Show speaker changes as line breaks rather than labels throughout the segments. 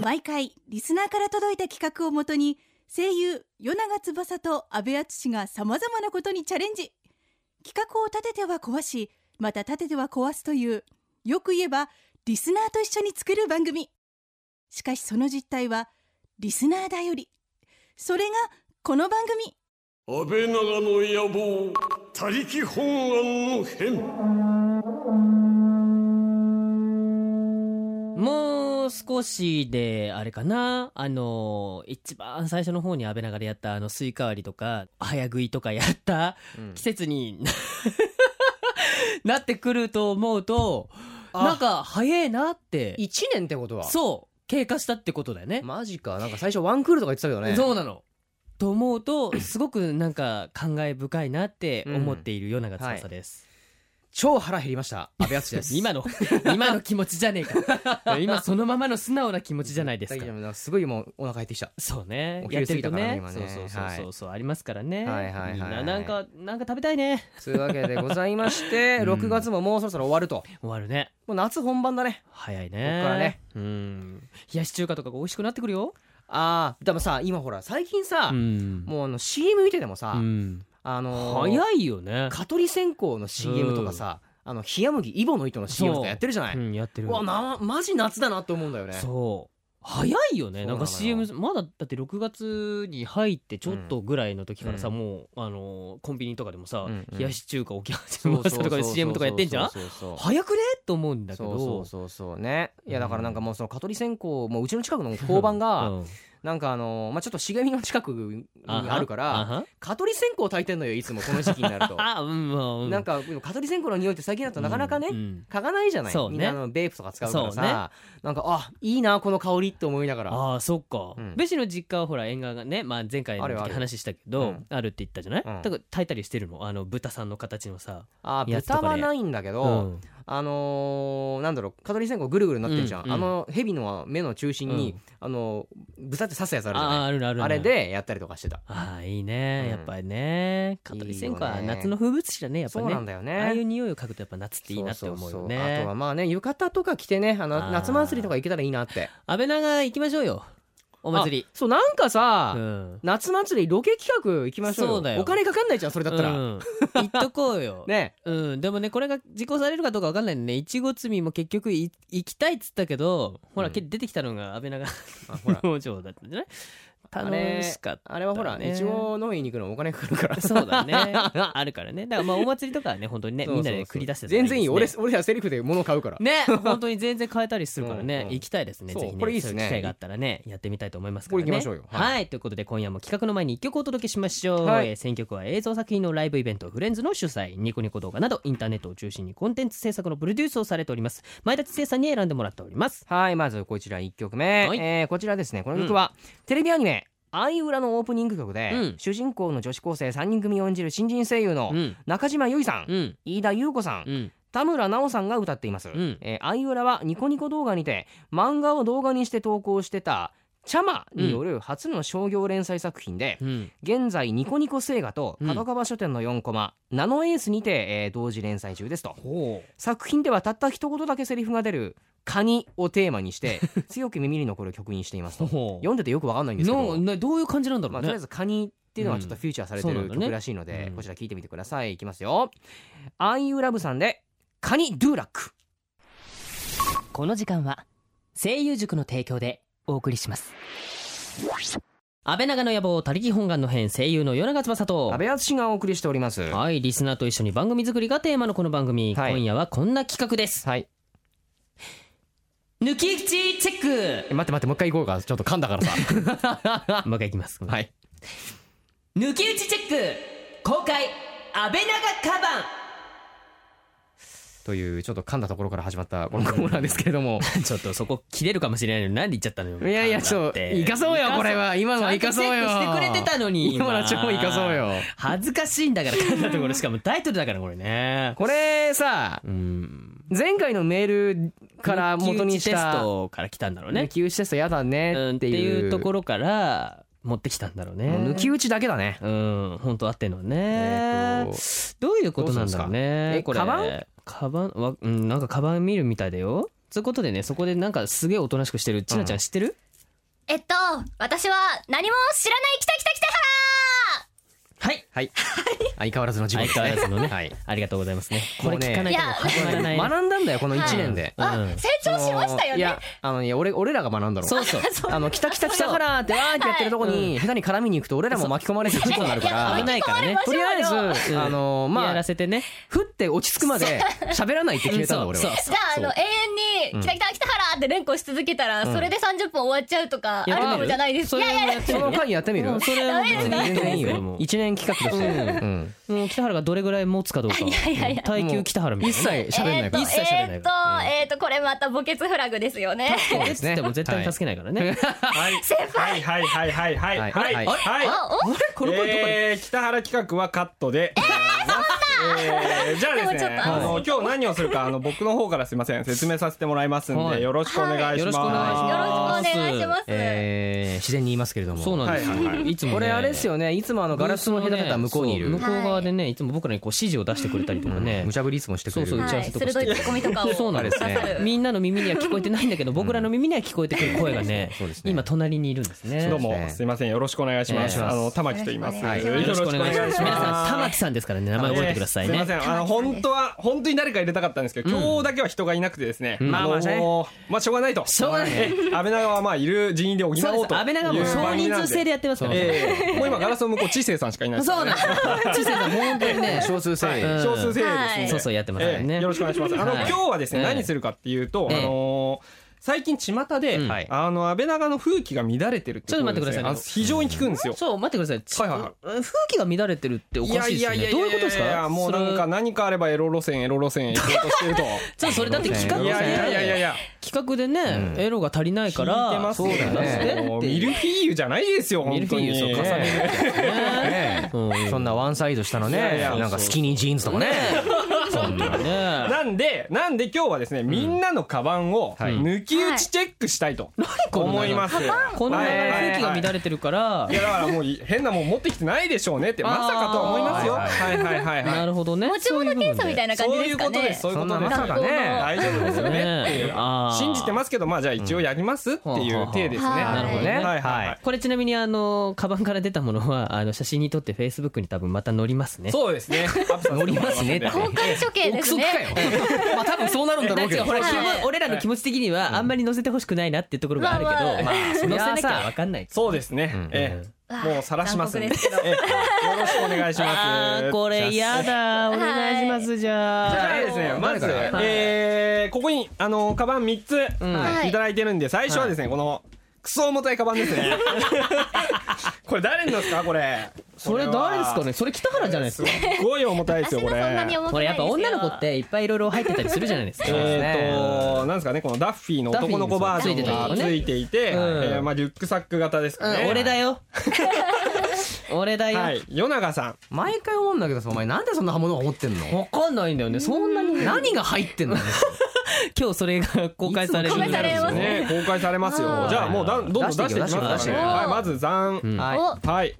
毎回リスナーから届いた企画をもとに声優与永翼と阿部淳がさまざまなことにチャレンジ企画を立てては壊しまた立てては壊すというよく言えばリスナーと一緒に作る番組しかしその実態はリスナーだよりそれがこの番組
安倍長の野望他力本願の変
もう少しで、あれかな、あの、一番最初の方に安倍長でやった、あの、スイカ割りとか、早食いとかやった
うん
季節に、 なってくると思うと、
あ
なんか、早えなって、
1年ってことは
そう、経過したってことだよね。
マジかなんか最初ワンクールとか言ってたけどね
そうなの。と思うと、すごくなんか、感慨深いなって思っているようなが
は
翼
い
です。
超腹減りました安倍敦です
今 の、今の気持ちじゃねえか。今そのままの素直な気持ちじゃないですか。
大丈夫だすごいもうお腹減ってき た
そうね
お
やっ
昼
てると
過ぎたからね
ね
今
そう
ね
そうそう
はい
そうそうありますからね
はいはいはいはい
みんななんかなんか食べたいね
というわけでございまして
うん
6月ももうそろそろ終わると
終わるね
もう夏本番だね
早いね
こっからね
うん冷やし中華とかが美味しくなってくるよ
あーでもさ今ほら最近さ、
ん
もうあの CM 見ててもさ、
うん
あのー
早いよね
蚊取り線香の CM とかさ、あの冷麦イボの糸の CM とかやってるじゃない、
う
うん
やってる
わなマジ夏だなって思うんだよね
そう早いよねな
そうなのよ
んか CM まだだって6月に入ってちょっとぐらいの時からさ、
うん
もうあのーコンビニとかでもさ、
うんうん
冷やし中華沖縄
そ
戦
う
とかで CM とかやってんじゃん
そうそうそう
早くねと思うんだけ
そ
ど
うそうそうそうねいやだからなんかもうその蚊取り線香もううちの近くの
うん
交番 が、
うん
なんかあのーまあちょっと茂みの近くに
は
あるか
あ
ら
は
蚊取り線香を焚いてんのよいつもこの時期になると
あ、うん、 うんうん
なんかでも蚊取り線香の匂いって最近だとなかなかね、
うんうん
嗅がないじゃない、
そうね
みんなあのベープとか使うから
そ
さ、
うね
なんかあいいなこの香りって思いながら
ああ、そっか
う。ん
ベシの実家はほら、縁側がね、まあ、前回の
あるあ
時
る
話したけ
う
ど
ん、
あるって言ったじゃない。
うん
だから、炊いたりしてるの、あの豚さんの形のさ。
あー
やつとか
豚
で
はないんだけど、
うん
あのーなんだろう蚊取り線香ぐるぐるなってるじゃん、
うんうん
あの蛇の目の中心に、
うん
あのブサって刺すやつあるじゃ
ああ、
ない
あるある。
あれ。でやったりとかしてた、
ああ、いいね、やっぱりね。蚊取り線香はい
いよね
夏の風物詩だね、やっぱ
そうなん
ね。
だよ
あ
ね
あいう匂いを嗅ぐと、やっぱ夏っていいなって
そ
思う
そ
よ
そあとは
ね。
まあね浴衣とか着てねあ
あー
の夏祭りとか行けたらいいなって
安倍長行きましょうよ。お
お
祭り。
そうなんかさ、
うん。
夏祭りロケ企画行きましょうよ
そうだよ
お金かかんないじゃんそれだったら、
うん行っとこうよ。
ね
うん、でもねこれが実行されるかどうかわかんないんでねいちご摘みも結局い行きたいっつったけどほら、
うん
け出てきたのが安倍長
あ ほら
農場だったんじゃ
あ
ない
れ
楽しかっ
あれはほら
だね
いちご農園に行くのお金かかるから
たそうだね あるからねだからまあお祭りとかはね本当にね
そう
み
そうん
な
そ
で
う
繰り出せたら
全然いい
で
俺
すね
俺らセリフで物買うから
ね本当に全然変えたりするからね、
うんうん
行きたいですね
そう
ぜひね
これいいっすね
そうう機会があったらねやってみたいと思いますからね
これ行きましょうよ
は、
はいい
ということで今夜も企画の前に一曲お届けしましょう、
はい
えー選曲は映像作品のライブイベントフレンズの主催ニコニコ動画などインターネットを中心にコンテンツ制作のプロデュースをされております前田知世さんに選んでもらっております
はいまずこちら1曲目、
はい
えーこちらですねこの曲は、テレビアニメ「愛裏」のオープニング曲で、
うん
主人公の女子高生3人組を演じる新人声優の
ん
中島由依さん、
うん
飯田優子さん、
うん
田村奈央さんが歌っています「
ん
えー、愛裏」はニコニコ動画にて漫画を動画にして投稿してた「チャマ」による初の商業連載作品で、
うん
現在ニコニコ星画と
うん
角川書店の4コマ、ナノエースにて、えー同時連載中ですと
ほ
作品ではたった一言だけセリフが出る「カニ」をテーマにして 強く耳に残る曲にしていますと
ほ
読んでてよくわかんないんですけ
の
ど、
などういう感じなんだろ
ま
う
あ、とりあ
ね
えず「カニ」っていうのはちょっとフューチャーされて
うんそう
る
なんだね
曲らしいので、
うん
こちら聞いてみてくださいいきますよ「アイユラブさんで「カニドゥーラック
この時間は声優塾の提供でお送りします安倍長の野望他力本願の編声優の与永翼」と
安倍淳がお送りしておりますは
はいリスナーと一緒に番組作りがテーマのこの番組、
はい
今夜はこんな企画です
い
抜き打ちチェッ
え待って待ってもう一回行こうかちょっと噛んだから さ
ク もう一回いきます
はい
抜き打ちチェック公開安倍長カバン
というちょっと噛んだところから始まったこのコーナーですけれど も
ちょっとそこ切れるかもしれないのに何で言っちゃったのよ
いやいやちょっと生かそうよこれは今のは生かそうよ
ちゃんとチェックしてくれてたのに
今のは超生かそうよ
恥ずかしいんだからこんなところしかもタイトルだからこれね
これさ
うん
前回のメールから元にし
抜き打ちテス
た
トから来たんだろうね
抜き打ちテストやだ
う
ね
ん
っ
って
て
い
いうう
ところから持ってきたんだろうね
もう抜き打ちだけだね
うん本当あってんの
え
ね、
ー
どういうことなんだろうね
ど
こ
う
れ
すんすかえ
カバンはうんなんかカバン見るみたいだよそういうことでねそこでなんかすげえおとなしくしてるちなちゃん知ってる、
と
えっと、私は何も知らないきたきたきた
はい
はい相変わらずの自分
相
です
変わら
ね
ずのね、
はい
ありがとうございますねこ
も
れ
うね
聞かないと
いや
始まらない
学んだんだよこの
はい
1年で、
ハラ
うん
ー成長しましたよ
い
ね
やあのいや俺俺らが学んだの
そう そう
あの「きたきたきたハラー」ってわーってやってるとこに下手に絡みに行くと俺らも巻き込まれてることになるか
いや
ら
危ないからね
巻き
と
込
り
ま
あ
れ
え
ましょうよ
ずあの
まあや
ま
ら
あ
せてね
降って落ち着くまで喋らないって決めたんだ俺
そう
は
そう
じゃああの永遠に「きたきたきたハラー」って連呼し続けたらそれで30分終わっちゃうとかある
やってみる
かもじゃないです
そ
かい
れも
やいや
やってみ
そ
る
の回やってみる
うんそれは別にいい
全
と思
然いいうよ
も
一年企画としてうん
うもう北原がどれぐらい持つかどうか
いやいやいや
耐久北原みたい
一
な
切喋んないから
えーっとえーっ
う
と
ん
えーっとこれまた墓穴フラグですよね
そ う
え
で
っ
す
つっ
ね
ても絶対に助けないからね、
はい、はいはいはいはいはいはい
はい
はい
あ
はい
あお
この声どこで、
えー北原企画はカットで。えーじゃあです
でもちょっ
ね、
と
あの今日何をするかあの僕の方からすみません説明させてもらいますん
はい
でよろしくお願いします。
よろしくお願いします
えー自然に言いますけれども
そうなんですよ、
はいいはいはい
つも、ね、
これあれです
よ
よねいつもあのガラスの隔てた向こうにいる
向こう側でねいつも僕らにこう指示を出してくれたりとかね、
無茶ぶりいつもしてくれる
そうそう打
はい
ち合わせとかして
鋭いツッコミとかを
そうなんです
くださ
あ
る
みんなの耳には聞こえてないんだけど僕らの耳には聞こえてくる声がね,、
そうですね
今隣にいるんですね
どう
そ
もすみませんよろしくお願いします。
お願いします
あの玉木と言います。
はい
よ
よろ
ろ
し
し
く
く
お
お
願
願
い
い
し
し
ま
ま
皆
すす。
さん玉木さんですからね名前覚えてください
えー
ね
すみません、あの本当は本当に誰か入れたかったんですけど、今日だけは人がいなくてですね。
まあまあね
のーまあしょうがないと。
しょうがない
え安倍長はまあいる人員で補おうと。
そうです安倍長も少人数制でやってますからね、
えーもう今ガラスの向こう知性さんしかいないですからね。
小さな本当にね
少数精
うん
鋭
少数制です
は
ね
い。
そうそうやってますから
え
ね、
えよろしくお願いします。あの、
はい
今日はですね、
ええ
何するかっていうと、
ええ
あのー最近巷で、
うん
はい
あの安倍長の風紀が乱れてるって
ちょっと待
こと
ってくだ
です
さ
ね
いね
あ非常に聞くんですよ。
そう待ってくださいち、
はいは
風紀が乱れてるっておかしいですよねどういうことです
いや
か
もうなんか何かあればエロ路線エロ路線行こうと してると
それそれだって企画
いやいやいやいやい
で
や
企画でね、
うん
エロが足りないか
聞いて
ら
ますよ
そうだよね
もう
出
ミ
て
ルフィーユじゃないですよ
ミル
本
フィ
当
ー
に
ユそう重ね
え
ね
うん
そんなワンサイド下の
いやい
ね
や
なんかスキニージーンズとかね
そんな
え
ね
なんでなんで今日はですねみんなのカバンを
はい
抜き打ちチェックしたいと
この
思います
こんな
はい
空気が乱れてるから
いやだからもうい変なもん持ってきてないでしょうねってまさかとは思いますよ。
あ
はいはいはいは。
ないるほどね
持ち物検査みたいな感
そ
じ
う
で
い
す
う
か
ことで
ね
す。そういう
そん
こと
な
で。
ますさかね
大丈夫ですよねっていう
ねあー
信じてますけどまあじゃあ一応やりますっていう手ですね。
はいなるほどね
はいはいはい。
これちなみにあのカバンから出たものはあの写真に撮ってフェイスブックに多分また載りますね
そうですね。乗りますねって
公開処刑です
憶測か
ね
よ まあ多分そうなるんだろうけど
ほら、
はい
気分俺らの気持ち的にはあんまり載せてほしくないなっていうところがあるけ
まあ
ど、
ま
まあ、載せ
そり
な
ゃ
き
さ
ゃわかんない
そうですね。ええもう晒しますんで。ええよろしくお願いしま
あ
す。
ーこれ嫌だお願いしますじゃあ
じゃあですねまず、
誰
から
えーここにあのカバン3つ
はい
いただいてるんで最初はですね、このクソ重たいカバンですね これ誰のですかこれ
それ誰ですかねそれ北原じゃないですすか
ごい重たいです
私
よこ
の
れ
そんなに重く
こ
ない
れや
で
っ
す
ぱ
よ
女の子っていっぱいいろいろ入ってたりするじゃないですか
えーとなんですかねこのダッフィーの男の子バージョンがついていて、
ダッフィーについてたりとかねうん
えーまあ、リュックサック型ですかね、
俺だ
よ
よ俺だよ、
はい夜長さん
毎回思うんだけどさお前なんでそんな刃物を持ってんの
わかんないんだよねそんなに
何が入ってんの
今日それが公開される
いつも公開されますね
ね公開されますよじゃあもうだんどんどん出していきますから
出して
いき
ね
ます
はいまずザン、
ん
はい
お
はい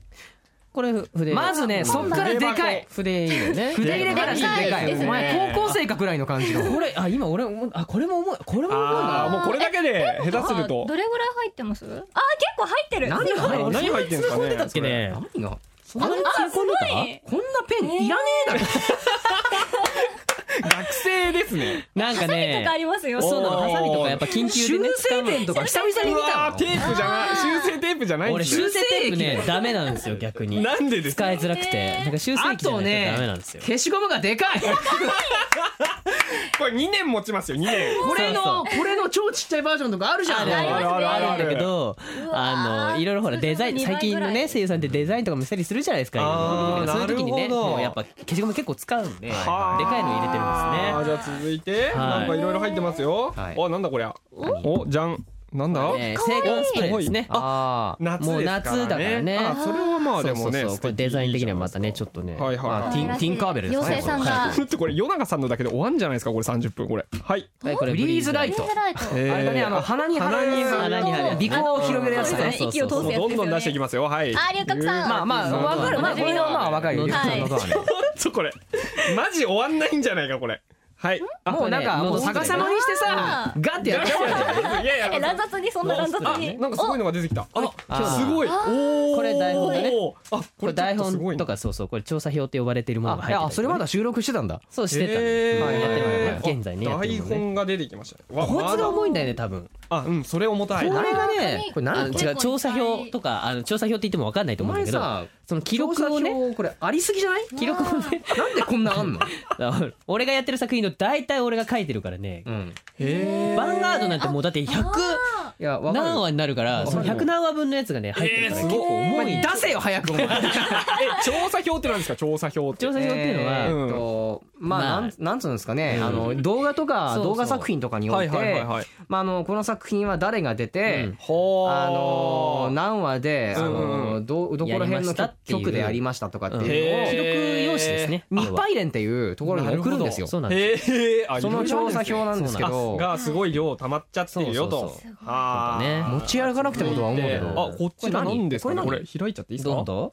これ筆
まずねそっからでかい
筆いいよね
筆入れからしてでか
で
い
かい
お前高校生かくらいの感じの
これあ今俺思うあこれも重いこれも重い
あーもうこれだけで下手する
あ
と
どれぐらい入ってますあー結構入ってる
何が
すごい
入
あ
って
何入ってんですかね
だっけね
何が
そんなに詰め込んでた
こんなペンいらねえだろ
学生ですね
なん か
とかあ
ね
りますよ
そうなの
おー
ハサミとかやっぱ緊急
修
でね
正ペンとか久々
う
に見た
わー
の
テープじゃない修正テープじゃないんで
俺
すよ
修正テープねダメなんですよ逆に
なんでですか
使いづらくてなんか修正
あ
機じゃ
と
ないと
ね
ダメなんですよ
消しゴムがでかい
これ2年持ちますよ2年
こ
そ
れのこれの超ちっちゃいバージョンとかあるじゃん
ある
ありますね
あるんだけど
うわー
あのいろいろほらデザイン
通常
最
の二倍
近
ぐらい
のね声優さんってデザインとかもしたりするじゃないですか
あー
いろいろそういう時にね
なるほど
もうやっぱ消しゴム結構使うんででかいの
はー
入れてるん
あー
ですね
じゃあ続いて
い
なんかいろいろ入ってますよ
はい
おなんだこりゃおじゃんなんだ
えー制汗スプレーですね
あ
夏ですからね
もう夏だからね
あそれはまあで
そ
もね
うそうそうこれデザイン的にはまたねちょっとね
素敵はいはい
まあ
は
ティンティンカーベルですかね
妖精さんが
いちょっとこれ夜長さんのだけで終わんじゃないですかこれ30分これはい
はいこれ
ブリーズライ
ブリ
ト
ーズライト
えー
あれだねあの鼻に鼻に
鼻に鼻に
鼻孔を広げるやつ
そうで
ね
すね息を通す
もう
やつですよ
ど
ね
んどん出していきますよはい
あ龍角散
まあまあわかるまあこれはまあわかるよ
はい
龍角散の音はね
ちょっとこれマジ終わんないんじゃないかこれはいあ
もうなんか
あとね
もう
喉
逆さまにしてさガッてやっちゃうよね
いやい
え
や
乱雑にそんな乱雑に
なんかすごいのが出てきたあら
あ
すごいおお
これ台本だね
あ
これ
ちょっ
台
すごい
本
な
とかそうそうこれ調査票って呼ばれてるものが入
あい
って
や
たりとかね
それまだ収録してたんだ
そうしてたんで
え
す
ー
まあやってる
えー
現在ねやって
台
るもんね
本が出てきましたわ
こいつが
ま
重いんだよね多分
だあうんそれ重たい
こ
な
れがね
紙これ何
あの
これ
違う調査票とかあの調査票って言っても分かんないと
お
思うんだ
前
けど
さ
その記録をね
調査票これありすぎじゃない
記録をね
なんでこんなあんの
俺がやってる作品の大体俺が書いてるからね
うん
へ
ヴァンガードなんてもうだって100
いやわかる
何話になるからその100何話分のやつがね入ってるから
えーす
結
ごい
構重い
出せよ早くお前
え調査票ってなんですか調査票って
調査票っていうの
え
は
ーっとまあ
まあ
なんなんつうんですかね
うん
あの動画とか
そうそう
動画作品とかにお
はいいはいはい
て
はい
まああのこの作品は誰が出て
ほ
あのー
な
何話で、あ
うんう
のーどど
やり
こら
ま
辺の
した
曲
っていう
曲でやりましたとかって
記
いう
録用紙ですね
のを日配連っていうところに送るんですよ。
そう
そ
なんです
へえあ
の調査票なんですけ
あ
ど
がすごい量溜まっちゃってるよと
そうそう
あ
ね
ー
持ち歩かなくてもとは思うけ
で
ど。
あこっち
これ何
何ですかね
こ
こ
れ
れ開いちゃっていいです
ど
か
んどん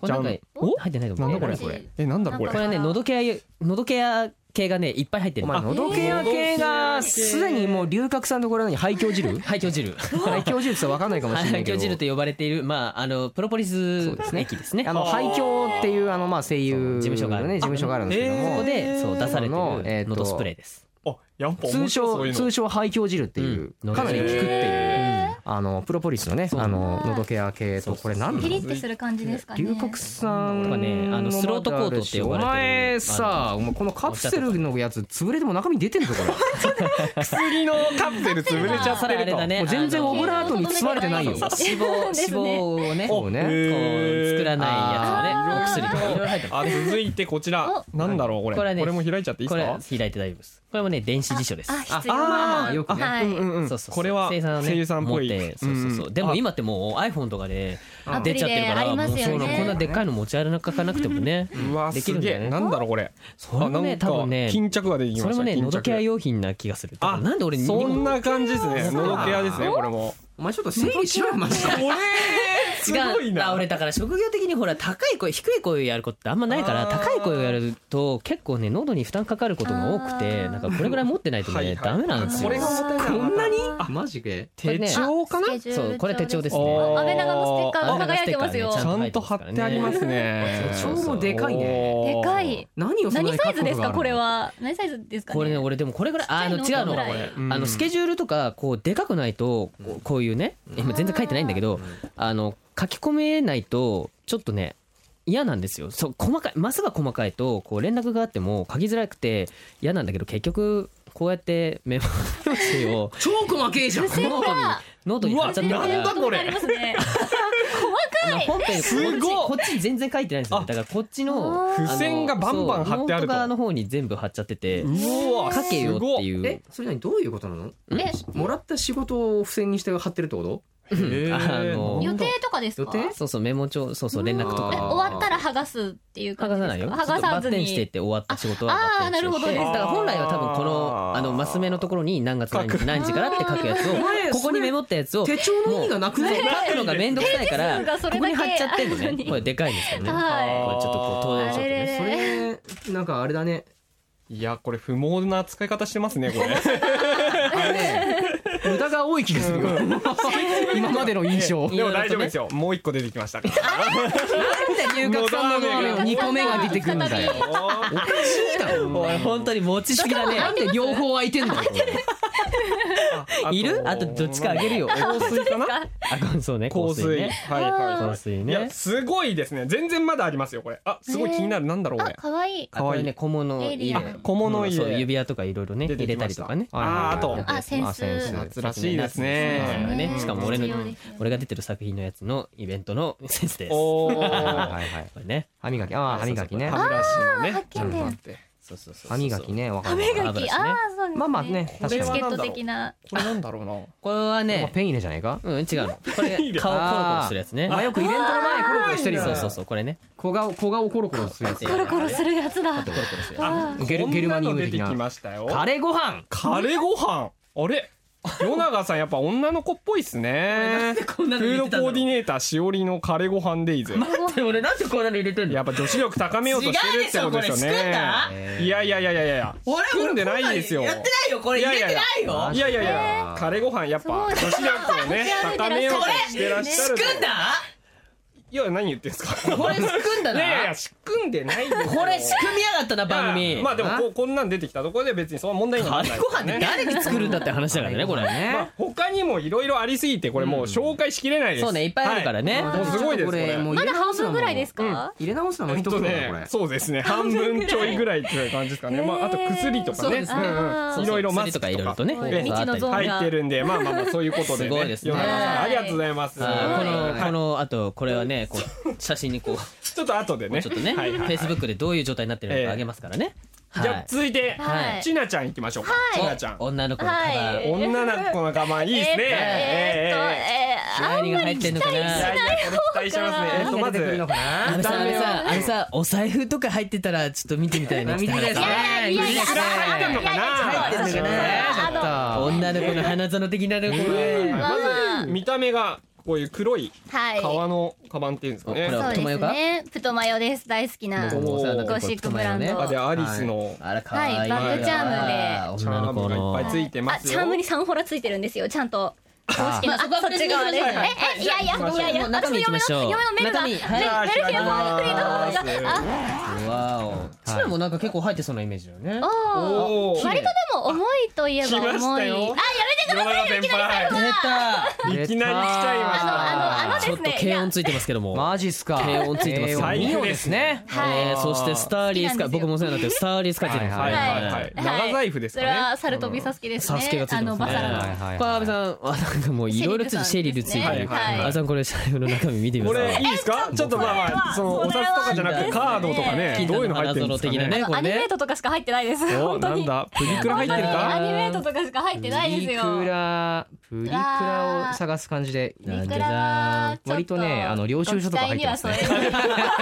これなんか
じ
お入ってないと思う
なんだこれ
これ
えなんだこ
これ
れ
はね喉ケア喉ケア系がねいっぱい入って
お
る
前のどけや系がすでにもう龍角さんのところに廃 墟汁
廃墟汁
廃墟汁ってわかんないかもしれな
廃
いけ
墟
ど。
汁と呼ばれているまああのプロポリス駅ですね
あの廃墟っていうあのまあ声優
事務所がある
ね事務所があるんですけど
あ
こ
も
こ
へ。
でそう出されて
のえ
る
ーと
喉スプレーです
あやっぱ面
通
白いそ
称
ういう
通
の
称廃墟汁っていう、
うん
かなり効くっていう、あのプロポリスのね
う
あののどケア系とこれ何な
ピリ
の
ってする感じですかね
龍角さん
なんかねあのスロートコートって呼ばれてる
お前
あ
さお前このカプセルのやつ潰れても中身出てんぞ これ
薬のカプセル潰れちゃっ
そ
て
れあ
る
れ
と
だね
もう全然
あの
オブラートに包まれてないよ
そうそう
脂肪脂
ですね
肪をねこ
おね
へ
う
ー
作らないやつをねお薬とかいろいろ入ってま
あ続いてこちらなんだろうこれ
こ
こ
れ
れ
ね
も開いちゃっていい
す
で
こ
す
れ
か
開いて大丈夫ですこれもね電子辞書です
あ必要
あ
な
ーよくね
は
う
い
んうんうん
そうそうそう
これは
生産をね
声優さんっぽい
持ってそうそうそううんでも今ってもう iPhone とかで
アプ
出
リ
ちゃってる
で
か
あり
ら
ま
もう
す
そ
よ
んなこんな
ね
でっかいの持ち歩かなくてもね
うわ
ですきるん
げ
だよ
え
ね
なんだろうこれ
それもね
あなんか
多分ね
巾着が出てきまし
そ
た
れもね
巾着
喉ケア用品な気がするだからなんで俺に
そんな感じですね
う
喉ケアですねこれも
お前ちょっと整理しろよマジで
これすご
違
いう
あ
な
俺だから職業的にほら高い声低い声をやることってあんまないから
あー
高い声をやると結構ね喉に負担かかることも多くて
あー
なんかこれぐらい持ってないとね
はいはい
ダメなんですよ
これが重たいな
こんなにマジで
れね
手帳かな
スケジュール
そうこれ手帳です
あ
ね
安倍長のステッカー
安
が
倍長
輝
ス
い
テッカ
て
ー
ま
ね
すよ
ち
ちゃんと貼ってありますね
そう
そうそう手帳もでかいね
でかい
何よそんな
何
に
サイズですか
覚
これ
悟が
は何サイズですかね
これね俺でもこれぐらいあの
ちっち
違
ゃいうの
の
ぐらい
うん
あのスケジュールとかこうでかくないとこうこういうね今全然書いてないんだけどあの書き込めないとちょっとね嫌なんですよそう細かいマスが細かいとこう連絡があっても書きづらくて嫌なんだけど結局こうやってメモ用紙 を
超細けえじゃん
線が
ノートに貼っちゃったか
うわ
ら
なんだこれ
ありますね
あの本編
すごい
こっちこっち全然書いてないんですよねだからこっちの
付箋がバンバン貼ってあ
ノート
ると
側の方に全部貼っちゃってて
うわ
書けよって
う
いう
えそれ何どういうことなの
え
もらった仕事を付箋にして貼ってるってこと
あの
予定とかですか
予定
そうそうメモ帳そうそう連絡と
え
か
終わったら剥がすっていう
剥
感
がさな
じで
い
す
よ
か剥が
ちょっと
さず
バッテンしてっ
に
て終わった仕事はバッテンして
あーなるほど
だから本来は多分このあのマス目のところに何月何日何時からって書くやつを
お前
ここにメモったやつを
手帳の意味がなくない
書くのがめんどくさいから
数がそ
こ
れ
こ
だ
に貼
け
っちゃってんの
あるの
ね
に
これでかいんですよねこ
はい
れちょっとこう東電ショットね
えー
それなんかあれだね
いやこれ不毛な使い方してますねこれ
あれね無駄が多い気がするよ今までの 印象
でも大丈夫ですよもう一個出てきました
龍角さんの
無駄
2個目が出てくるんだよ
お
おかしいだろ
おい本当に持ちすぎだね
なんで両方空いてんの
あ
いるあとどっちかあげるよ
香水かな
あこ そうね
香水
ね
はいはい
香
はい
水
いや
ね
すごいですね全然まだありますよこれあすごい気になるなんだろうこ
あ
れ
可愛い
あこれね小物入れ
あ
小物入れ
そう指輪とかいろいろね
出
入れ
てき
た
ま
り
した
とかね
あーあと
あセンス
夏らしいです
だから
ね
ね
うん
しかも俺の
必要ですよね
俺が出てる作品のやつのイベントのセンスですこ
おお
はい はい
歯
はいはい
れね
歯磨きああ歯磨きね
ブラシのね
発見だよ
て
そうそうそうそう
歯磨きねわか
歯
る
歯ブラ
わ
磨き
シね
ああそうですね
まあまあね
こ
確
れ
チ
か
ケ
は
に
ット的な
これなんだろうな
これはね
ペン入れじゃないか
うん違うのこれ
いいね
顔コロコロするやつね
まあよくイベントの前にコロコロしてるよ
そう
ね
そうそうこれね
小顔小顔コロコロするやつ
コロコロするやつだ
コロコロするや
あ
こんなの
ゲルゲルマニウム
出
的
てき
な
ましたよ
カレーご飯
カレーご飯あれ与永さんやっぱ女の子っぽいっすね
でこんなの
フー
入
ド
れてたん
コ
だ
ーディネーターしおりのカレご飯デイズ
待って俺なんでこんなの入れてんの
やっぱ女子力高めようとしてるってことですよ
違うでしょこれ仕組ん
ね
だ
いやいやいやいやいや
俺
仕組んでない
こ
ですよ
やってないよこれ
いや
入
い
れ
や
て
いや
ないよ
いやいやいやカレご飯やっぱ
すごい
女子力をね高めようとしてらっしゃ
仕
ると
組んだ
いや何言ってんすか
これ仕組んだ
い
な
やいや仕組んでないですよ
これ仕組みやがったない
や
番組
まあでもこうこんなん出てきたところで別にそんな問題にはな
あ
らな
れ
い
ご飯って誰が作るんだって話だからねこれね
まあ他にもいろいろありすぎてこれもう紹介しきれないです
そうねいっぱいあるからね
はいもうすごいですこれ
もう
まだ
入れ直
半
すの
分
も
ぐらいですか
入れ直すのも
本
一
当
つだな
ね
これ
そうですね半分ちょいぐらいっていう感じですかね、まあ、あと薬とか
そう
ね
ですね
うんうんいろいろマスクとか
薬とかいろいろとね
はい
ね
未知のゾーン
入
が
ってるんでまあまあまあそういうことで
す
ね
ごいですね
世の中さんありがとうございます、
あーこ
は
の
い
このあとこれはねこう写真 にこう
ちょっと後でね
ちょっとねフ
はいはい
ェイスブックでどういう状態になってるの
ええ
かあげますからね
じ
は
ゃあ
い
続いて、
はい
ちなちゃんいきましょうか、ちなちゃん
女の子のカ
は
ラ
い
ー
女の子の我慢いいです
えーっと
ね、え
えーあ
何が入ってんのか
えいや
ない
やこれ期待してますねえっとまず
安倍さん安倍さんあれさお財布とか入ってたらちょっと見てみたいね
見てみたいですね
いやいやいや
入ってんのかな
あいやいやちょっとあの
女の子の花園的なねこれ
まあまあ
見た目がこういう黒い
はい
革のカバンっていうんですかね、
これは
そうですねプトマヨです大好きな
僕もお世話になって
ゴシックブランド
あでアリスの、
あら可愛い
はいバッグチャー
ム
チャームがいっぱいついてま
あ
す
チ
よ、
ャームにサンホラついてるんですよちゃんと公式のあそっち側ですねええいやいやいやいや
中身行きましょう
私嫁の
中
メ
身
ルが
はい
メメルフィアファークリート
ありがとうござい
が
ます
あ
わおチナもなんか結構入ってそうなイメージだよね
お
お
お
ー
割とでも重いといえば重いあ
来ました
や
よ
めてくださいよいきなり最後
出た
いきなり来ちゃいました
あのあのあの
ちょっと軽音ついてますけども
マジっすか
低音ついてますよ
えーミオですね
はい
えーそしてスターリースカイ
好きなんですよ
僕もお世話になってるスターリースカイちゃんですね
はい
はいはい、
はい
長財布です
そ
か
れ
ね、
はサルトビサスケです
サ
ね
スケがつい
あ
てま
の
すね
バサラの
はいはいはい
これ安倍さんあなんかもういろいろついてシェリルついて
シェリ
る
ルさんですね
は
は
い
い
安倍さんこれの中身見てみ
こ
ま
れ
す
いいですかちょっとまあまあそのお札とかじゃなくてカードとかね
金
どういう
の
の入
花
ってるんで
園
すか
的なね
ね
これ
アニメ
ね
ートとかしか入ってないです
お
本当
なん
に
だプリクラ入ってる
ア
か
ニメートとかしか入ってないですよ
プリクラプリクラを探す感じで
いくらはちょっ
割とねあの領収書とか入ってますね
ご期待 にはそれ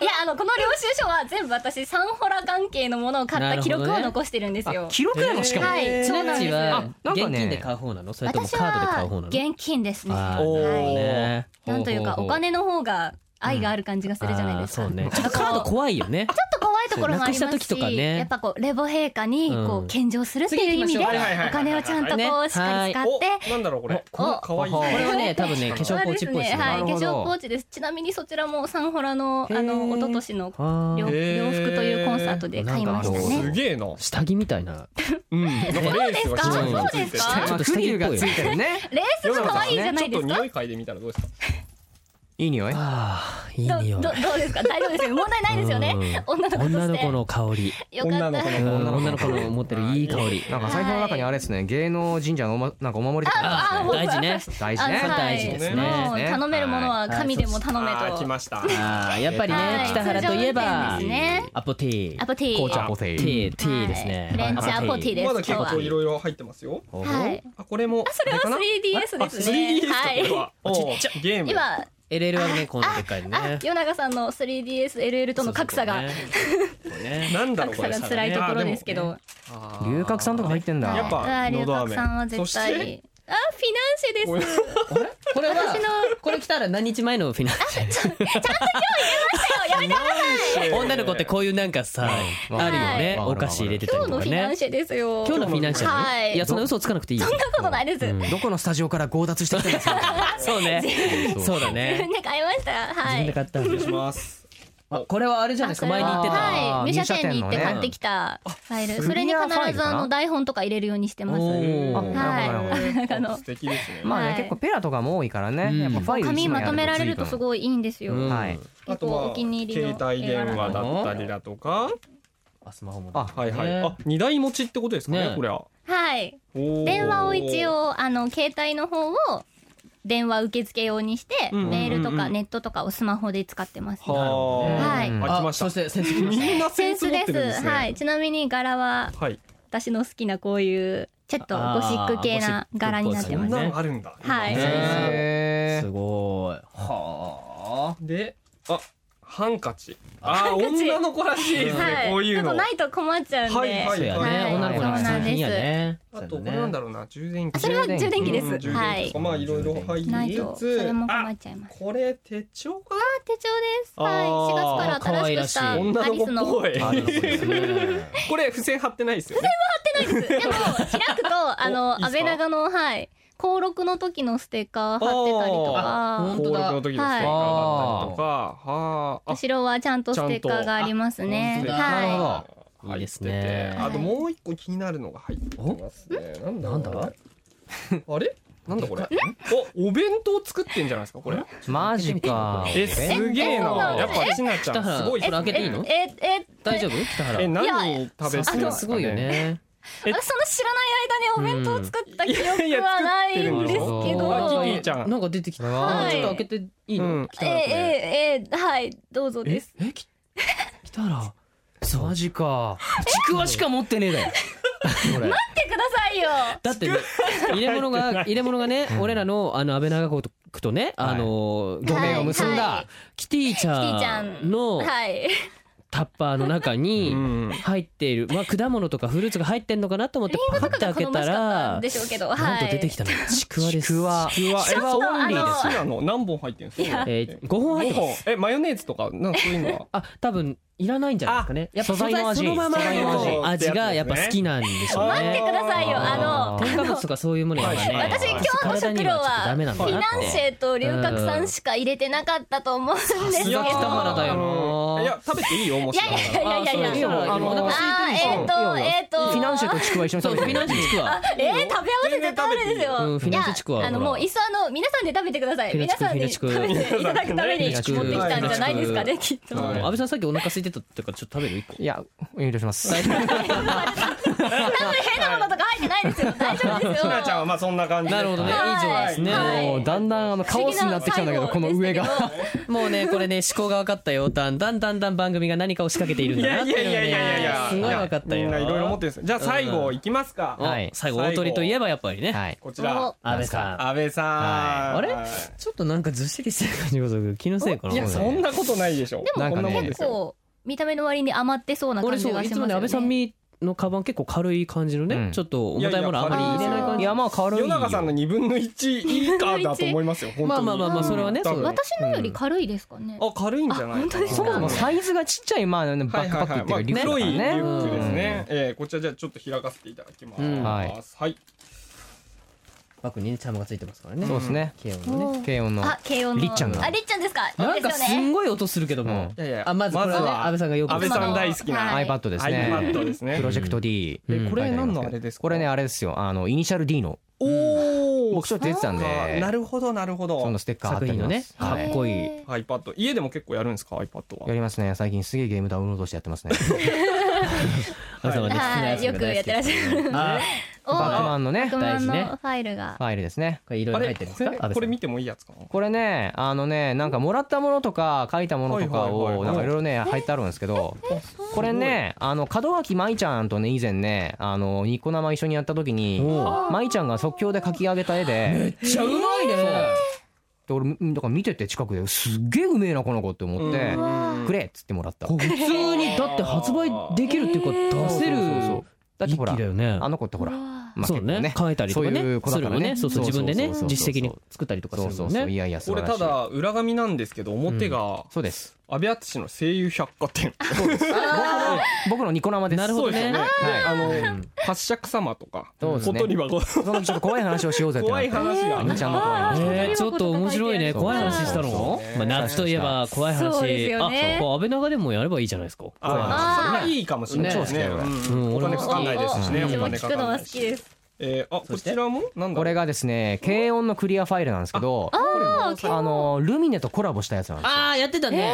いやあのこの領収書は全部私サンホラ関係のものを買った記録
なるほ
を
どね
残してるんですよ、
記録なのしかも
はい
えー
そうなん
ち
で
なっちは
す
あな
現
んかね
金で買う方なのそれとも
私
カードで買う
は
方なの
現金ですね
あー
おー
ね
なんというか
ほうほうほう
お金の方が愛がある感じがするじゃないですか
あーそうねちょっとカード怖いよね
ちょっと怖いところもあり
な
ま
く
す
した時と
し、
かね
やっぱこうレボ陛下にこ
うん
う献上するっていう意味
次
でお
行きましょう
はいはいはい
金をちゃんとこ
はいう
しっかり使って。
おなんだろうこれこれ可愛い
お
これは
ね
ね多分ね化粧ポーチっぽいです
そうですねは
ね
なる
い、化
ほど
粧ポーチです。ちなみにそちらもサンホラの
へー
あの一昨年の
あ
洋
ー
洋服というコンサートで買いました
なんかあ
ね
す。げえなう
下着みたいなん
なんかレースが
そう
ですか
そうで
下について
すか
ちょっと下着っぽ
ク
い
リルがついてるね
レース
世の
が可
中さん
愛いじゃない
ち
で
ょっ
すか。
と匂い嗅いでみたらどうですか
いい匂い
あーいい
ど
匂い
どどうですか。大丈夫ですよね。問題ないですよね。女の子として。
女の子の香り
よか
女の
っ
子の
た。
うん女の子の持ってるいい香り
なんか財布の中にあれですね芸能神社のおまなんかお守りとか
あ
大事ね
大事
あ
ね
はい
大事ですね
もう頼めるものは神でも頼め
あー来
と。
ました
あーやっぱりね
はい
北原といえば
通常運転ですね
アポティ
ア
ー
ポティ
紅茶
ー。
ポテ
テ
イ
ィーティーですね
フレンチアポティーです。
ま
今
だ
日
結
は
構いろいろ入ってますよ
はい。
あこれも
それは
あかな
3DS ですね。
3D ですか
は
これ
い。
はおーゲーム
今、
LL はねこんなでっかい
あ
ね、
与永さんの 3DSLL との格差が、
そうね
なんだろう
格
こ
差
れ
が辛いところですけど、
龍角さんとか入ってんだ
やっ
あ
ぱ
ー龍
喉
角
飴
さんは
そ
絶
して
対。あ、フィナンシェです。
これはこれ来たら何日前のフィナンシ
やめてくださ
ェ女の子ってこういうなんかさ
うん
あるよね
はい
お菓子入れて
い
た
今
り
日
と
の
か
フィナン
ね
シェですよ。
今日のフィナンシェなの
はい
いやそんな嘘つかなくていいよ
そんなことないです。
どこのスタジオから強奪してきたんですか
そうねそうだ
自
ね
分で買いました。
自
は
分で
い。
買ったん
し
で
ます
あこれはあれじゃないですか前に言ってた
入
はい、入
社
社
店
店
のね
に行って買ってきたファイル、
うん
それに必
クリアファイル
ず
かな
あの台本とか入れるようにしてます。
おー
は
あ
い
なるほどなる
あの
素敵ですね
まあ
は
ね
い
結構ペラとかも多いから
う
ね
ん
やっぱファイル
紙まとめられるとす
い
ごいいいんですよ。
うん
はい
あ
結
と
構
ま
お
あ
気に入りの
携帯電話だったりだとか
あスマホも
あ
はいはい
ね
あ二台持ちってことですかね
ね
これは
はい。
おー
電話を一応あの携帯の方を電話受付用にして、
うんうんうん
メールとかネットとかをスマホで使ってます、ね。
は
はい。
あ来ま
あ
した
そして先生来ま
ー
した
みんなセ
セ
ン
ン
ス
ス
持っ
で
て
す。
るんですね
はい。ちなみに柄は
はい
私の好きなこういうちょっと
あー
ゴシック系な柄になって
こ
ま
ん
す。
なのあるんだ
はい
ね
へ
すごいはあ
であハンカチ。ああ、
ハンカチ
女の子らしいですね。こういう
な
の。
んかないと困っちゃうんで、
はいは
そうや
は
ね
い
女の子の必需品やね
あと、これなんだろうな、充電器。
あそれは充電器です、
うん充電器
はい
とかまあ、いろいろ入り
ないと
つ
それ
つ
も。困
あ
っ、ちゃいます
これ手帳か
あ手帳です
あ
はい
ー
4月から新しくし
可
た
な。
愛
女
アリス
の子っ
の
ぽい。
あなるほどですね
これ付箋貼ってないですよね。
でも開くと あの
いいですか
安倍長のはい登録の時のステッカー貼ってたりと
あ
か
本当だ
登録の時のステッカーがあったりとか、はあ。あ
後ろはちゃんとステッカーがありますね
ちゃんとあ本当だなるほ
は
どいいですね
入っててあともう一個気になるのが入ってますね。なんだ
なんだ
あれ？なんだこれ？おお弁当作ってんじゃないですかこれ？
マジか
えすげえ
そうな
な。
の
やっぱちなちゃ
北
んす
原
ごい
これ開けていいの
いええ
大丈夫北原
え何食べてるんで
さ
す
す
かね
がすごいよ。ね
あその知らない間にお弁当作った記
いや
憶はないんですけど
作ってるでしょあキティちゃん。
なんか出てきたち
は
ょっ
い
と開けていい
うん
の北
え
原これ
えええはいどうぞで
え
す
えき北原そう
マジか
ちくわしか持ってねえだよ。これ
来てくださいよ
だって ね、入れ物が入れ物がね、俺らのあの安倍長子ととね、あのー、同盟を結ん
は
だ
い
キティち
キティち
ゃ
ゃ
ん
ん
の
はい
タッパーの中
う
に
ん。
入っている、まあ果物とかフルーツが入ってんのかなと思ってパッて開け
好ま
た
しかった
ら
んで、しょうけど
なん
は
と
い
出てきたのがちくわです。
ちくわ
うわ
ちょっと
オンリーです
あ
好きなの何本入ってるんですか？
えー、五本入っ
五
てま
本
す。。
えマヨネーズとかなんかそういうのは。
あ、多分いらないんじゃないですかね。やっぱ
素材の味
そのまま
素材の
の
味
味がやっぱ好きなんでしょう
待って
ね。
くださいよあの
添加物とかそういうものやっぱね。
はい
私今日の食
体にち
料は
ょっとダメなんだ
フィ
なって
ナンシェと龍角散しか入れてなかったと思うんですけど
す
い
が
やい
北原だよな
うんいや食べていいよもし
やいやいやいや
あそう
い
です
や
よ
あの
お腹空い
あーえっとえっと
フィナンシェとちくわ一緒に
そう
食
フ
べ
ィ
て
ナンシェちくわ。
えー、食べ合わせてダメですよ。
うんフィナンシェチクワ
いやあの
ほら
もういっそあの皆さんで食べてください。
フィナ
皆
チク
さんで
フィナチ
食べて
ク
いただくために持
フィナチク
ってきたんじゃないですかねきっと。
は
食
安
い
倍さんさっきお腹空いてたってからちょっと食べる一個。
いやお願いします
べ変なものとか入ってないですよ。大丈夫です
ひ
よ。
なちゃんはまあそんな感じで
なるほどね。いい
はい
情報ですね。
はい
もうだんだんあのカオスになってきたんだけどこの上が
もうねこれね思考が分かったよ。だんだんだんだん番組が何かを仕掛けているんだなっていうの
いやいやいやいやいや
ねすごい分かった
み
よ。
んないろいろ持ってるんですよじゃあ最後いきますか、
お
はい
最後大鳥といえばやっぱりね。
はい
こちら
お
安倍さ
安倍さん、
ん。あれちょっとなんかずっしりしてる感じがする気のせいかな。
いやそんなことないでしょ
でも
こんなもんで
結
すよ
構見た目の割に余ってそうな感
俺
じ
そ
が
うい
し
つ
ま
も
す
ね
よ
安
ね。
倍さんみのカバン結構軽い感じのね、
うん
ちょっと重たいものあんまり入れない感じ
いやまあ軽い
い
よ
や中さんの2分の1以下だと思いますよ本当 に
まあまあまあまあそれはね
多分
そうだね
私のより軽いですかね。
あ軽いんじゃないかな
あ本当ですか
そもそも
は
サイズがちっちゃいまあバック
い
パ
は
ックっ
い
ていう
は
か
い
リュックだ
黒
か
い
ら
リュ
ね
ックですね、えーこちらじゃあちょっと開かせていただきます、
うん
は
はいい、
バックにねチャームがついてますからね
そうですね
慶応のね
軽音の
あ慶応の
りっちゃんが
ありっちゃんですか。い
なん
いで
か
す
す
よね。
んごい音するけども、
うん
いやいや
あまずこれはね
まずは
安倍さんがよく
安倍さん大好きな
はい
iPad ですね
iPad ですね
プロジェクト D
うん
えこれ何のあれですか
これねあれですよあのイニシャル D の
おお
僕ちょっと出てたんで
なるほどなるほど
そのステッカー貼ってあります
作品のね
はい
かっこいい
へ
iPad 家でも結構やるんですか iPad は
やりますね最近すげえゲームダウンロードしてやって ますね
安倍さんはね、
はい
好きなやつが大好き
よくやってらっしゃ
るあ
ーお
バックマ
ー
ンのね
バ
フ
ックマン
大事ね
のファイルが。
ァイルですね
これいろい
あ
ろ入
れ
ってるんです
こ
か
れ
安倍さん
これ見てもいいやつかな
これねあのねなんかもらったものとか書いたものとか
はいはいはい
を
はい
なんかいろいろね入ってあるんですけどこれねあの門脇舞ちゃんとね以前ねあのニコ生一緒にやった時に
お
舞ちゃんが即興で書き上げた絵で
めっちゃうまいね、
で俺うんだから見てて近くですっげえうめえなこの子って思って
うん
くれっつってもらった
こう普通にだって発売できるっていうか出せる
そうそうそうだって
一
ほ
気
ら
だよね
あの子ってほら
うわ
まあ
そう
結構
ね変えたりとかね
そういう子だからね
それもそうそう自分でね
そうそうそうそう
実績に作ったりとかす
そ
る
うそ
も
うんそうい
ね
やいや素
こ
晴
れ
らしい
ただ裏紙なんですけど表が
そう です
安倍敦の声優百貨店
僕のニコ生です
なるほどね
そうですよはい
あの八尺様とか
そうですね
ことにはこ
そのちょっと怖い話をしようぜってなっ
怖
て
い話が
あのちゃんの怖い話
えー、ち
そ
ょ
う
っと面白いね
そう
怖い話した
そう
の
そう、
まあ、夏といえば怖い話
そうですよね
あこれ安倍長でもやればいいじゃないですか
あ
あー
それがいいかもしれないですね
ね超好きだよ
うん
うん
お金かかんないですしね
う
お
ん
でも
金か
聞く
かん
の
な
はい好
し
きです。
えーあこちらもなんだ
これがですね軽音のクリアファイルなんですけどあのルミネとコラボしたやつなんで
あーやってたね、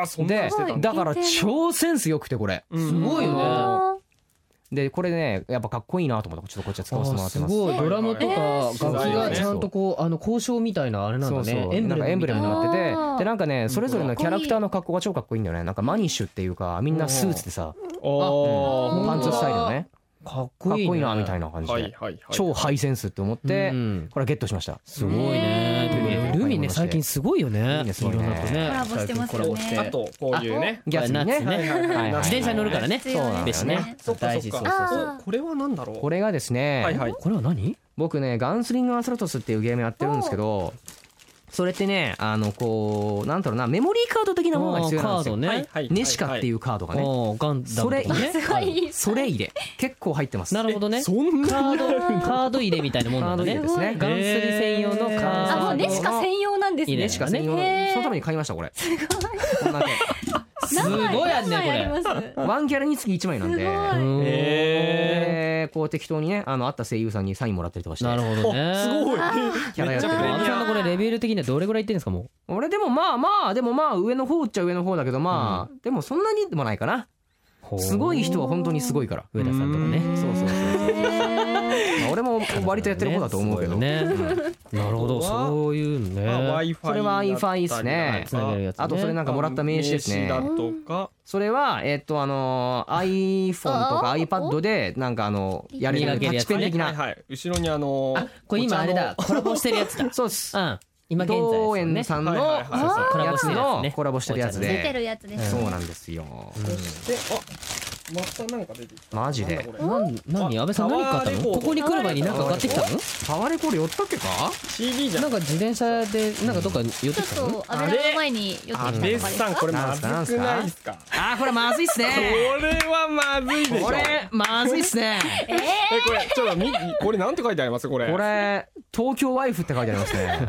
あーそんなのし
す
てた
よで
んだ
だから超センスよくてこれ
うん
すごいよね
でこれねやっぱかっこいいなと思ってちょっとこっちは使わせてもら
あ
って
す
ます
ごいドラムとか楽器
え
が
ー
ちゃんとこうあの交渉みたいなあれなんだ
そう
ね
そう
エンブ
なんかエ
レ
ン
ム
ブ
みた
レ
い
ムに
な
なって
あ
て
ー
でなんかねそれぞれのキャラクターの格好が超かっこいいんだよねなんかマニッシュっていうかみんなスーツでさ
おー
パンツスタイルのね
かっ
かっこいいなみた
い
いな感じ
はい
で
はいはい
超ハイセンスって思っ
で、
てこれゲットしました
すごいね
ね
ルミね最近すごいよね
いいですよね
ろんなこと
コラ
ね
ボしてますよね
あとこういうね
ギャツビー
ナッツね
ね
はいはい
はい
自転車に乗るからね
そうなんです
です
ね
ね
そっかそっ
大事
か
そうそうそう
あー
おこれは何だろう
これがです
はい
ね
はい
これは何
僕ねガンスリングアスラトスっていうゲームやってるんですけどそれってねあのこうなんだろうなメモリーカード的なものが必要な
カ
んで
ー
す
ド
よ
はいはい
ね
はい
ネシカっていううカードがね
おーガンダムとかね
すごい
それ入れ結構入ってます
なるほどね
そんな
カードカード入れみたいなもんなんだね
カード入れですね
ガンスリ専用のカード
あもうネシカ専用なんです
いい
ね
ね
ネシカ専用の
へー
そのために買いましたこれ
すごい
こんだけ
すごいあんね
何枚あり
これ
ます
ワンキャラにつき1枚なん
すご
で
い
へ
でこう適当にねあの会った声優さんにサインもらったりとかして
なるほ
ー
どね
すごい
キャラやって
あ
て
のさんのこれレベル的にはどれぐらいいってるんですかも
俺でもまあまあでもまあ上の方っちゃ上の方だけどまあ、でもそんなにでもないかな
う
すごい人は本当にすごいから
上田さんとかね
うんそうそうそう、まあ、俺も割とやってる方だと思うけど、
ねなるほどそういう
まあ
ね
Wi-Fi
それは Wi-Fi ですね
つなげるやつね
あとそれなんかもらった名刺ですね
名刺だとか
それはえっとあの iPhone とか
あー
iPad でなんかあのやれ
磨
る
け
タ
る
ッ
や
チ
つね
ペン的
はい
な
はい後ろにあのー
これ今あれだコラボしてるやつだ
そうです
うん今現在
桃園さんの
はいはいはい
そうそう
コラボしてるやつね
やつのコラボしてるやつ
出て
で
るやつで
そ
す
う
ね
なんですよ
そしてあまたなんか出てきた
マジで
なんだこれ
なん何安倍さん何買ったの
タワーレコード
ここに来る前に何か買ってきたの
タワレコール寄ったっけか
CD じゃ
なん
ん
か自転車でなんかどっか寄ってき
ちょ
たの
っと油の前に寄ってきた
あ
とか
ベ
で
ス
す
さん
か
これま
なんすかなん
ず
す
く
か
ないですか
あーこれまずいっす
こ
ね
れはまずいでしょ
これまずいっすね
えー
えこれちょっとみこれなんて書いてありますこれ
これ東京ワイフって書いてありますね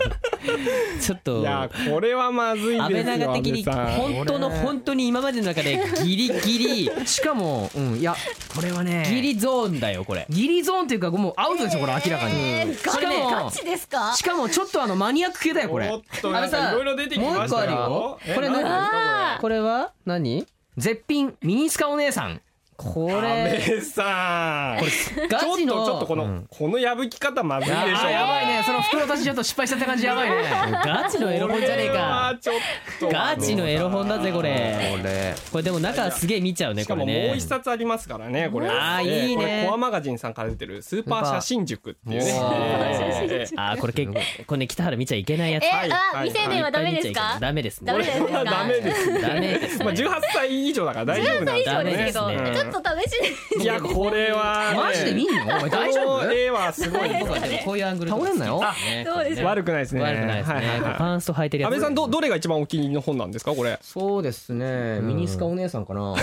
ちょっ
い
と
やこれはまずいですよ
安倍長的に
安倍さん
本当の本当に今までの中でギリギ リ
しかもうんいやこれはね
ギリゾーンだよこれ
ギリゾーンというかもうアウトですよこれ明らか
え
に
ー
し
ガ
か
チ
も
ガチですか
しかもちょっとあのマニアック系だよこ
おっ
れ
となんかいろいろ出てきま
もう
したよ
一個あるよこれ
え
何
なん
これは何
絶品ミニスカお姉さん
こ
これ
れ
安倍さんこれ
ガ
ちょ
チ
っとち
の
ょっとこの、この破き方まずいでしょ
あーやばいねその袋立ちちょっと失敗しちゃった感じやばいね
ガチのエロ本じゃねえか
これはちょっと
ガチのエロ本だぜこれ
これ
これでも中すげえ見ちゃうね
し
こ
か
れ
ももう
ね
一冊ありますからねこれ
あーいいね
これコアマガジンさんから出てるスーパー写真塾っていうね
スーパ
ー写真
えー
あーこれ結構これね北原見ちゃいけないやつ
え
はい
あ
はい
未成年はダメですか
ダメですね
ダメです
これはダメですね
ダメですね
まあ18歳以上だから大丈夫なん
以
ですよ
上ですけど
ダメ
ちょっと試し
うんいやこれはね
マジで見んのお前大丈
この
夫
絵は すごい
僕はでもこういうアングルとか
倒れんなよ
ね
そう
こ
です
れね
悪くないですね
悪くないですね
はいはい
こ
は
れ
い
ファースト履いてるや
安
つ
倍さんどどれが一番お気に入りの本なんですかこれ
そうですねミニスカお姉さんかな
ね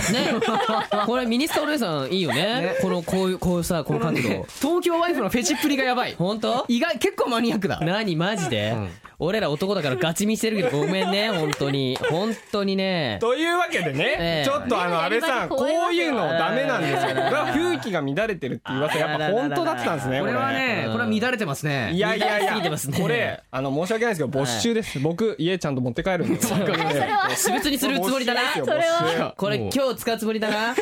これミニスカお姉さんいいよね
ね
このこういうこういうさこの角度
東京ワイフのフェチっぷりがやばい
本当
意外結構マニアックだ
何マジで、
ん
俺ら男だからガチ見してるけどごめんね本当に本当にね
というわけで
え
ね、
え
ちょっとあの安
ね
倍さんこ
やり場に
ういうのダメなんですよ
ええ
だから風紀が乱れてるっていう噂やっぱ本当だったんですね
こ
これ
れはねこれは乱れてますね
いやいや
乱
い
れすぎてま
や
すね
これあの申し訳ないですけど没収です僕家ちゃんと持って帰るんでそれ
私物にするつもりだな
それは
これ
もう
今日使うつもりだ な
こ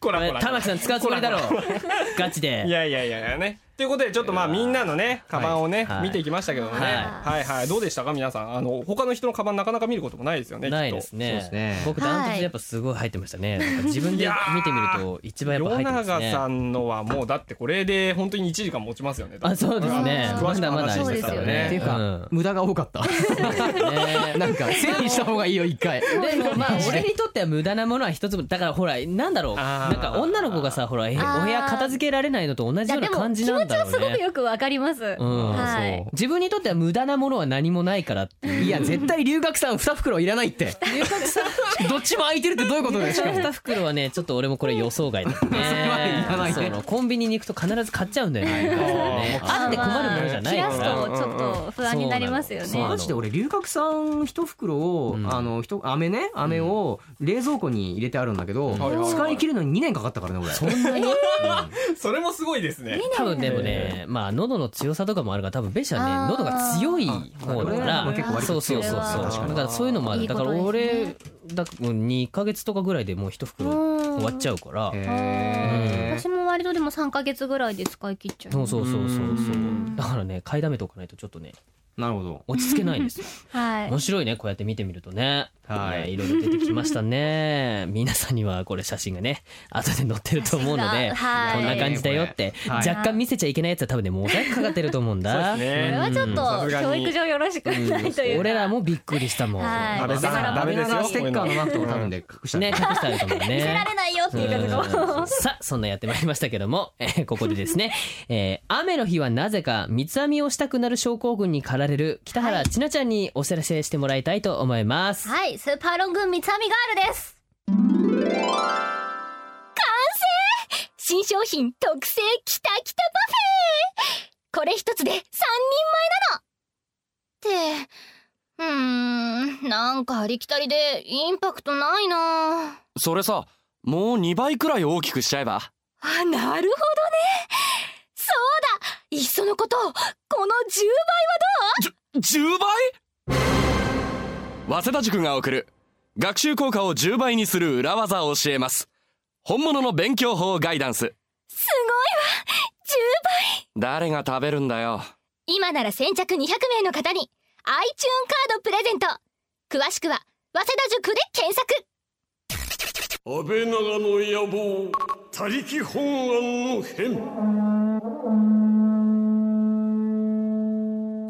こ
ら
れ
こら
田中さん使うつもりだろガチ
い
で
やいやいやいやねということでちょっとまあみんなのねカバンをね
はい
見ていきましたけどもね
はい
はいはいどうでしたか皆さんあの他の人のカバンなかなか見ることもないですよね
ない
きっ
で
と
すね
そうですね
僕ダントツやっぱすごい入ってましたねなんか自分で見てみると一番やっぱ入
与
ってま
永
すね
さんのはもうだってこれで本当に1時間持ちますよね
あそうですね
あー
まだまだありますからね
っていうか、
うん
無駄が多かった
ね
なんか整理した方がいいよ一回
でも まあ俺にとっては無駄なものは一つもだからほらなんだろう
あ
な
ー
んか女の子がさほらえお
あー
部屋片付けられないのと同
い
じよう
やで
な
も
感
気
じ
持ち
なんだ
は
ろ
す
う
ごく
ね。
よくわかります
うん
はい
自分にとっては無駄なものは何もないからって いう
いや絶対留学さん2袋いらないって
留学さん
どっちも空いてるってどういうことですか
2袋はねちょっと俺もこれ予想外だ ったね
それはいらないね
そのコンビニに行くと必ず買っちゃうんだよねねあって困るものじゃない
切
から
すとちょっと不安になりますよ
そうな
ね
の
マジで俺留学さん1袋を、
うん
あのひと飴ね飴を冷蔵庫に入れてあるんだけど、
はいはい
使い切るのに2年かかったからね俺そ
それもすごいですね
多分でもねまあ喉の強さとかもあるから多分ベシはね
あー
喉が強い方だか
あ
ら
結構割
そう
と
そ
強
う
い
そう
それは
そ
確
うだ
かに
からそういうのもある
いい
だ
こ
から
とですね
俺だもう2ヶ月とかぐらいでもう一袋
うん
終わっちゃうから
へ
私も割とでも3ヶ月ぐらいで使い切っちゃい
そ
ま
う
す
そうそうそうそう
うん
だからね買いだめておかないとちょっとね
なるほど
落ち着けないん ですよ
はい
面白いねこうやって見てみるとね
はい
ねいろいろ出てきましたね 皆さんにはこれ写真がね後で載ってると思うので
写真が はい
こんな感じだよって
はい
若干見せちゃいけないやつは多分ねモザイクかかってると思うん だ
これはちょっ
さ
と
すがに
教育上よろしくないというか
俺らもびっくりしたもん
はい
ね
安倍さんダメですよ
ステッカーのマークとか多分で隠した
隠してあると思う
見せら
ね
れないよっていう感じの
うんさあそんなやってまいりましたけども、えーここでですね、えー雨の日はなぜか三つ編みをしたくなる症候群に駆られる北原千奈ちゃんにお知らせしてもらいたいと思います、
はいスーパーロング三つ編みガールです完成新商品特製キタキタパフェこれ一つで3人前なのってうーんなんかありきたりでインパクトないな
それさもう2倍くらい大きくしちゃえば
あなるほどねそうだいっそのことこの10倍は
10倍早稲田塾が送る学習効果を10倍にする裏技を教えます本物の勉強法ガイダンス
すごいわ10倍
誰が食べるんだよ
今なら先着200名の方に iTune カードプレゼント詳しくは早稲田塾で検索
安倍長の野望他力本願の変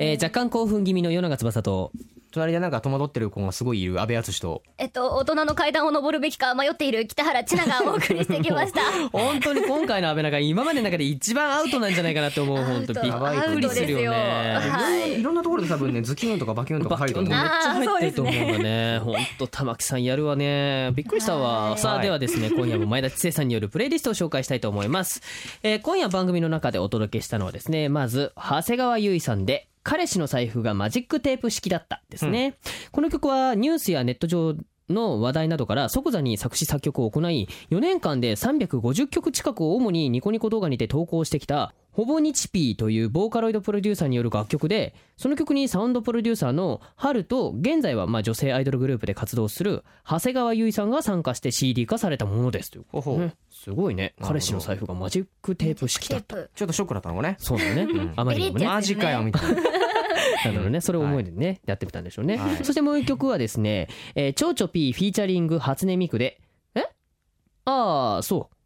えー若干興奮気味の与永翼と
隣でなんか戸惑ってる子がすごいいる安倍敦と
えっと大人の階段を登るべきか迷っている北原千奈がお送りしてきました
本当に今回の安倍長今までの中で一番アウトなんじゃないかなって思う本当びっ
アウ
く
ト
り
ですす
るよ
よ
ね。
はい
いろんなところで多分ねズキュンとかバキュンとか
バ
入
ッ
る
キ
と
ン
思
と
う
めっちゃ入ってると思うんだ
あーそう
ね。本当玉木さんやるわね。びっくりした
は
わ。
い
さあ
はい
ではですね今夜も前田知世さんによるプレイリストを紹介したいと思います。えー今夜番組の中でお届けしたのはですねまず長谷川優衣さんで。彼氏の財布がマジックテープ式だったですね、この曲はニュースやネット上の話題などから即座に作詞作曲を行い4年間で350曲近くを主にニコニコ動画にて投稿してきたほぼ日ピーというボーカロイドプロデューサーによる楽曲でその曲にサウンドプロデューサーの春と現在はまあ女性アイドルグループで活動する長谷川優衣さんが参加して CD 化されたものですという
ほほ
ねすごいね
ほど
彼氏の財布がマジックテープ式だった
プ
ちょっとショックだったのかね
そうだよね、
ん
あまりにもね
や
マ
つ
ジ
ですね
かよみたいな
なんだろうねそれを思いでね、やってみたんでしょうね、
はい
そしてもう一曲はですね「えー、ちょうちょ P フィーチャリング初音ミクで」えああそう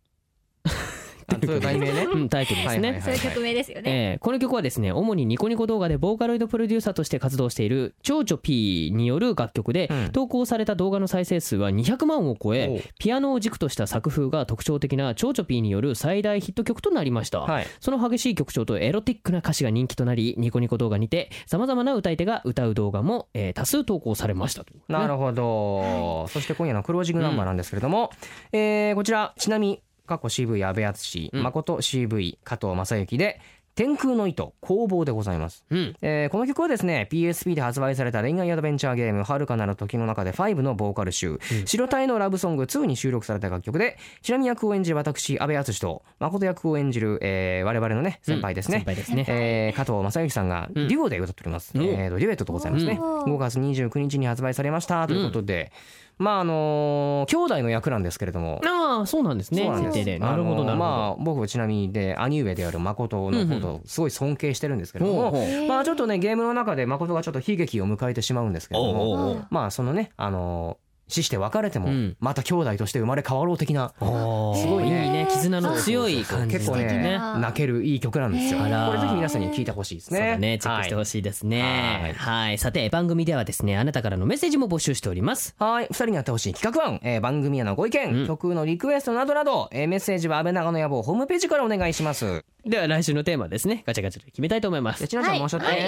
あそういう題名ね
うんタイトルですね、
はい
そういう曲名ですよね、
えーこの曲はですね主にニコニコ動画でボーカロイドプロデューサーとして活動しているチョウチョ P による楽曲で、
うん
投稿された動画の再生数は200万を超
お
え
う
ピアノを軸とした作風が特徴的なチョウチョ P による最大ヒット曲となりました、
はい
その激しい曲調とエロティックな歌詞が人気となりニコニコ動画にてさまざまな歌い手が歌う動画も、えー多数投稿されましたということね
なるほど、そして今夜のクロージングナンバーなんですけれども、えーこちらちなみに過去 CV 安部淳、
うん
誠 CV 加藤正幸で「天空の糸工房」でございます、
うん
えーこの曲はですね PSP で発売された恋愛アドベンチャーゲーム「遥かなる時の中で5」のボーカル集「白体のラブソング2」に収録された楽曲でちなみに役を演じる私安部淳と誠役を演じる、えー我々のね先輩ですね、
先輩ですね
えー加藤正幸さんがデュオで歌っております、
うん
えーとデュエットでございますね
おー
5月29日に発売されましたということで、まああのー兄弟の役なんですけれども
ああそうなんですね
そうなんです
設定で
あ
なる
の
ほ
ー
どなるほど、
まあ僕ちなみにで兄上である誠のことをすごい尊敬してるんですけれども、
ほうほ
まあちょっとねゲームの中で誠がちょっと悲劇を迎えてしまうんですけれども
おうおう
まあそのねあのー死して別れても、
うん
また兄弟として生まれ変わろう的な
あー
すごいね
いいね絆の強い感じ
結構
だ
ね
あー
泣けるいい曲なんですよ。
へ
こ
ー
れぜひ皆さんに聞いてほしいですね。
そうだねチェックしてほ
しい。
しいですね
は
はいいさて番組ではですねあなたからのメッセージも募集しております
はい、二人にやってほしい企画案、えー番組へのご意見、
うん
曲のリクエストなどなど、えーメッセージは安倍長の野望ホームページからお願いします。
では来週のテーマですねガチャガチャで決めたいと思いま
ですちなちゃんもしょって、
はい
は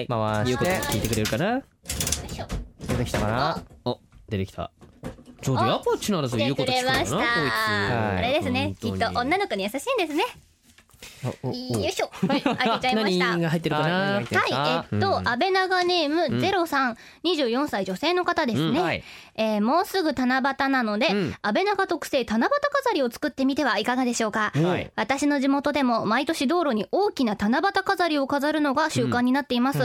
い
回
言う
し
こと
て
聞いてくれるかな
出てきたかな。
お出てきたちょうど
お
やっぱチナラス
来
言う
て
こ
く
と
れ
聞
ま
かない
した
なこ
あれですね
本
き
当
っ
に
と女の子に優しいんですね
おお
よいしょ開けちゃいま
いつ
した
何が入ってるかな
はい
はい、えっと、安倍長ネームゼロさん、二十四歳女性の方ですね。
うんはい
えーもうすぐ七夕なので、安倍長特製七夕飾りを作ってみてはいかがでしょうか。
はい
私の地元でも毎年道路に大きな七夕飾りを飾るのが習慣になっています。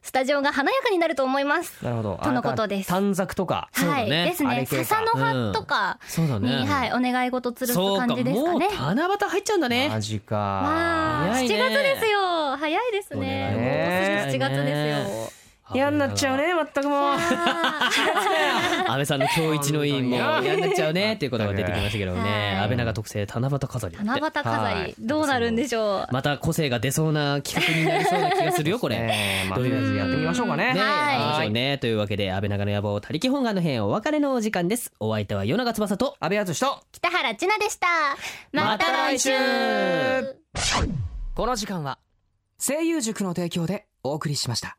スタジオが華やかになると思います。
なるほど。
とのことです
あなんか短冊とか。
はい、
ね
です
あれ
ね。
系か
笹の葉とか
そうだ
に、
ね
はい、お願い事つるす
そう
感
か
じですか
もう
ね。
七夕入っちゃうんだね
マジか。
わあ、
早い
七
ね
月ですよ。早いですね。もう
ね
今年の7月ですよ。
嫌になっちゃうね全くもう
安倍さんの今日一の委員も
本当
嫌
に
になっちゃう ねっていうことが出てきましたけどね
はい
安倍長特製七夕飾りだって
七夕飾りどうなるんでしょう。
また個性が出そうな企画になりそうな気がするよこれ。
えーまあとりあえずやってみましょうかね
ね、
はい
行きましょうねというわけで安倍長の野望他力本願の編お別れのお時間ですお相手は与永翼と
安倍敦と
北原千奈でした。
また来週
この時間は声優塾の提供でお送りしました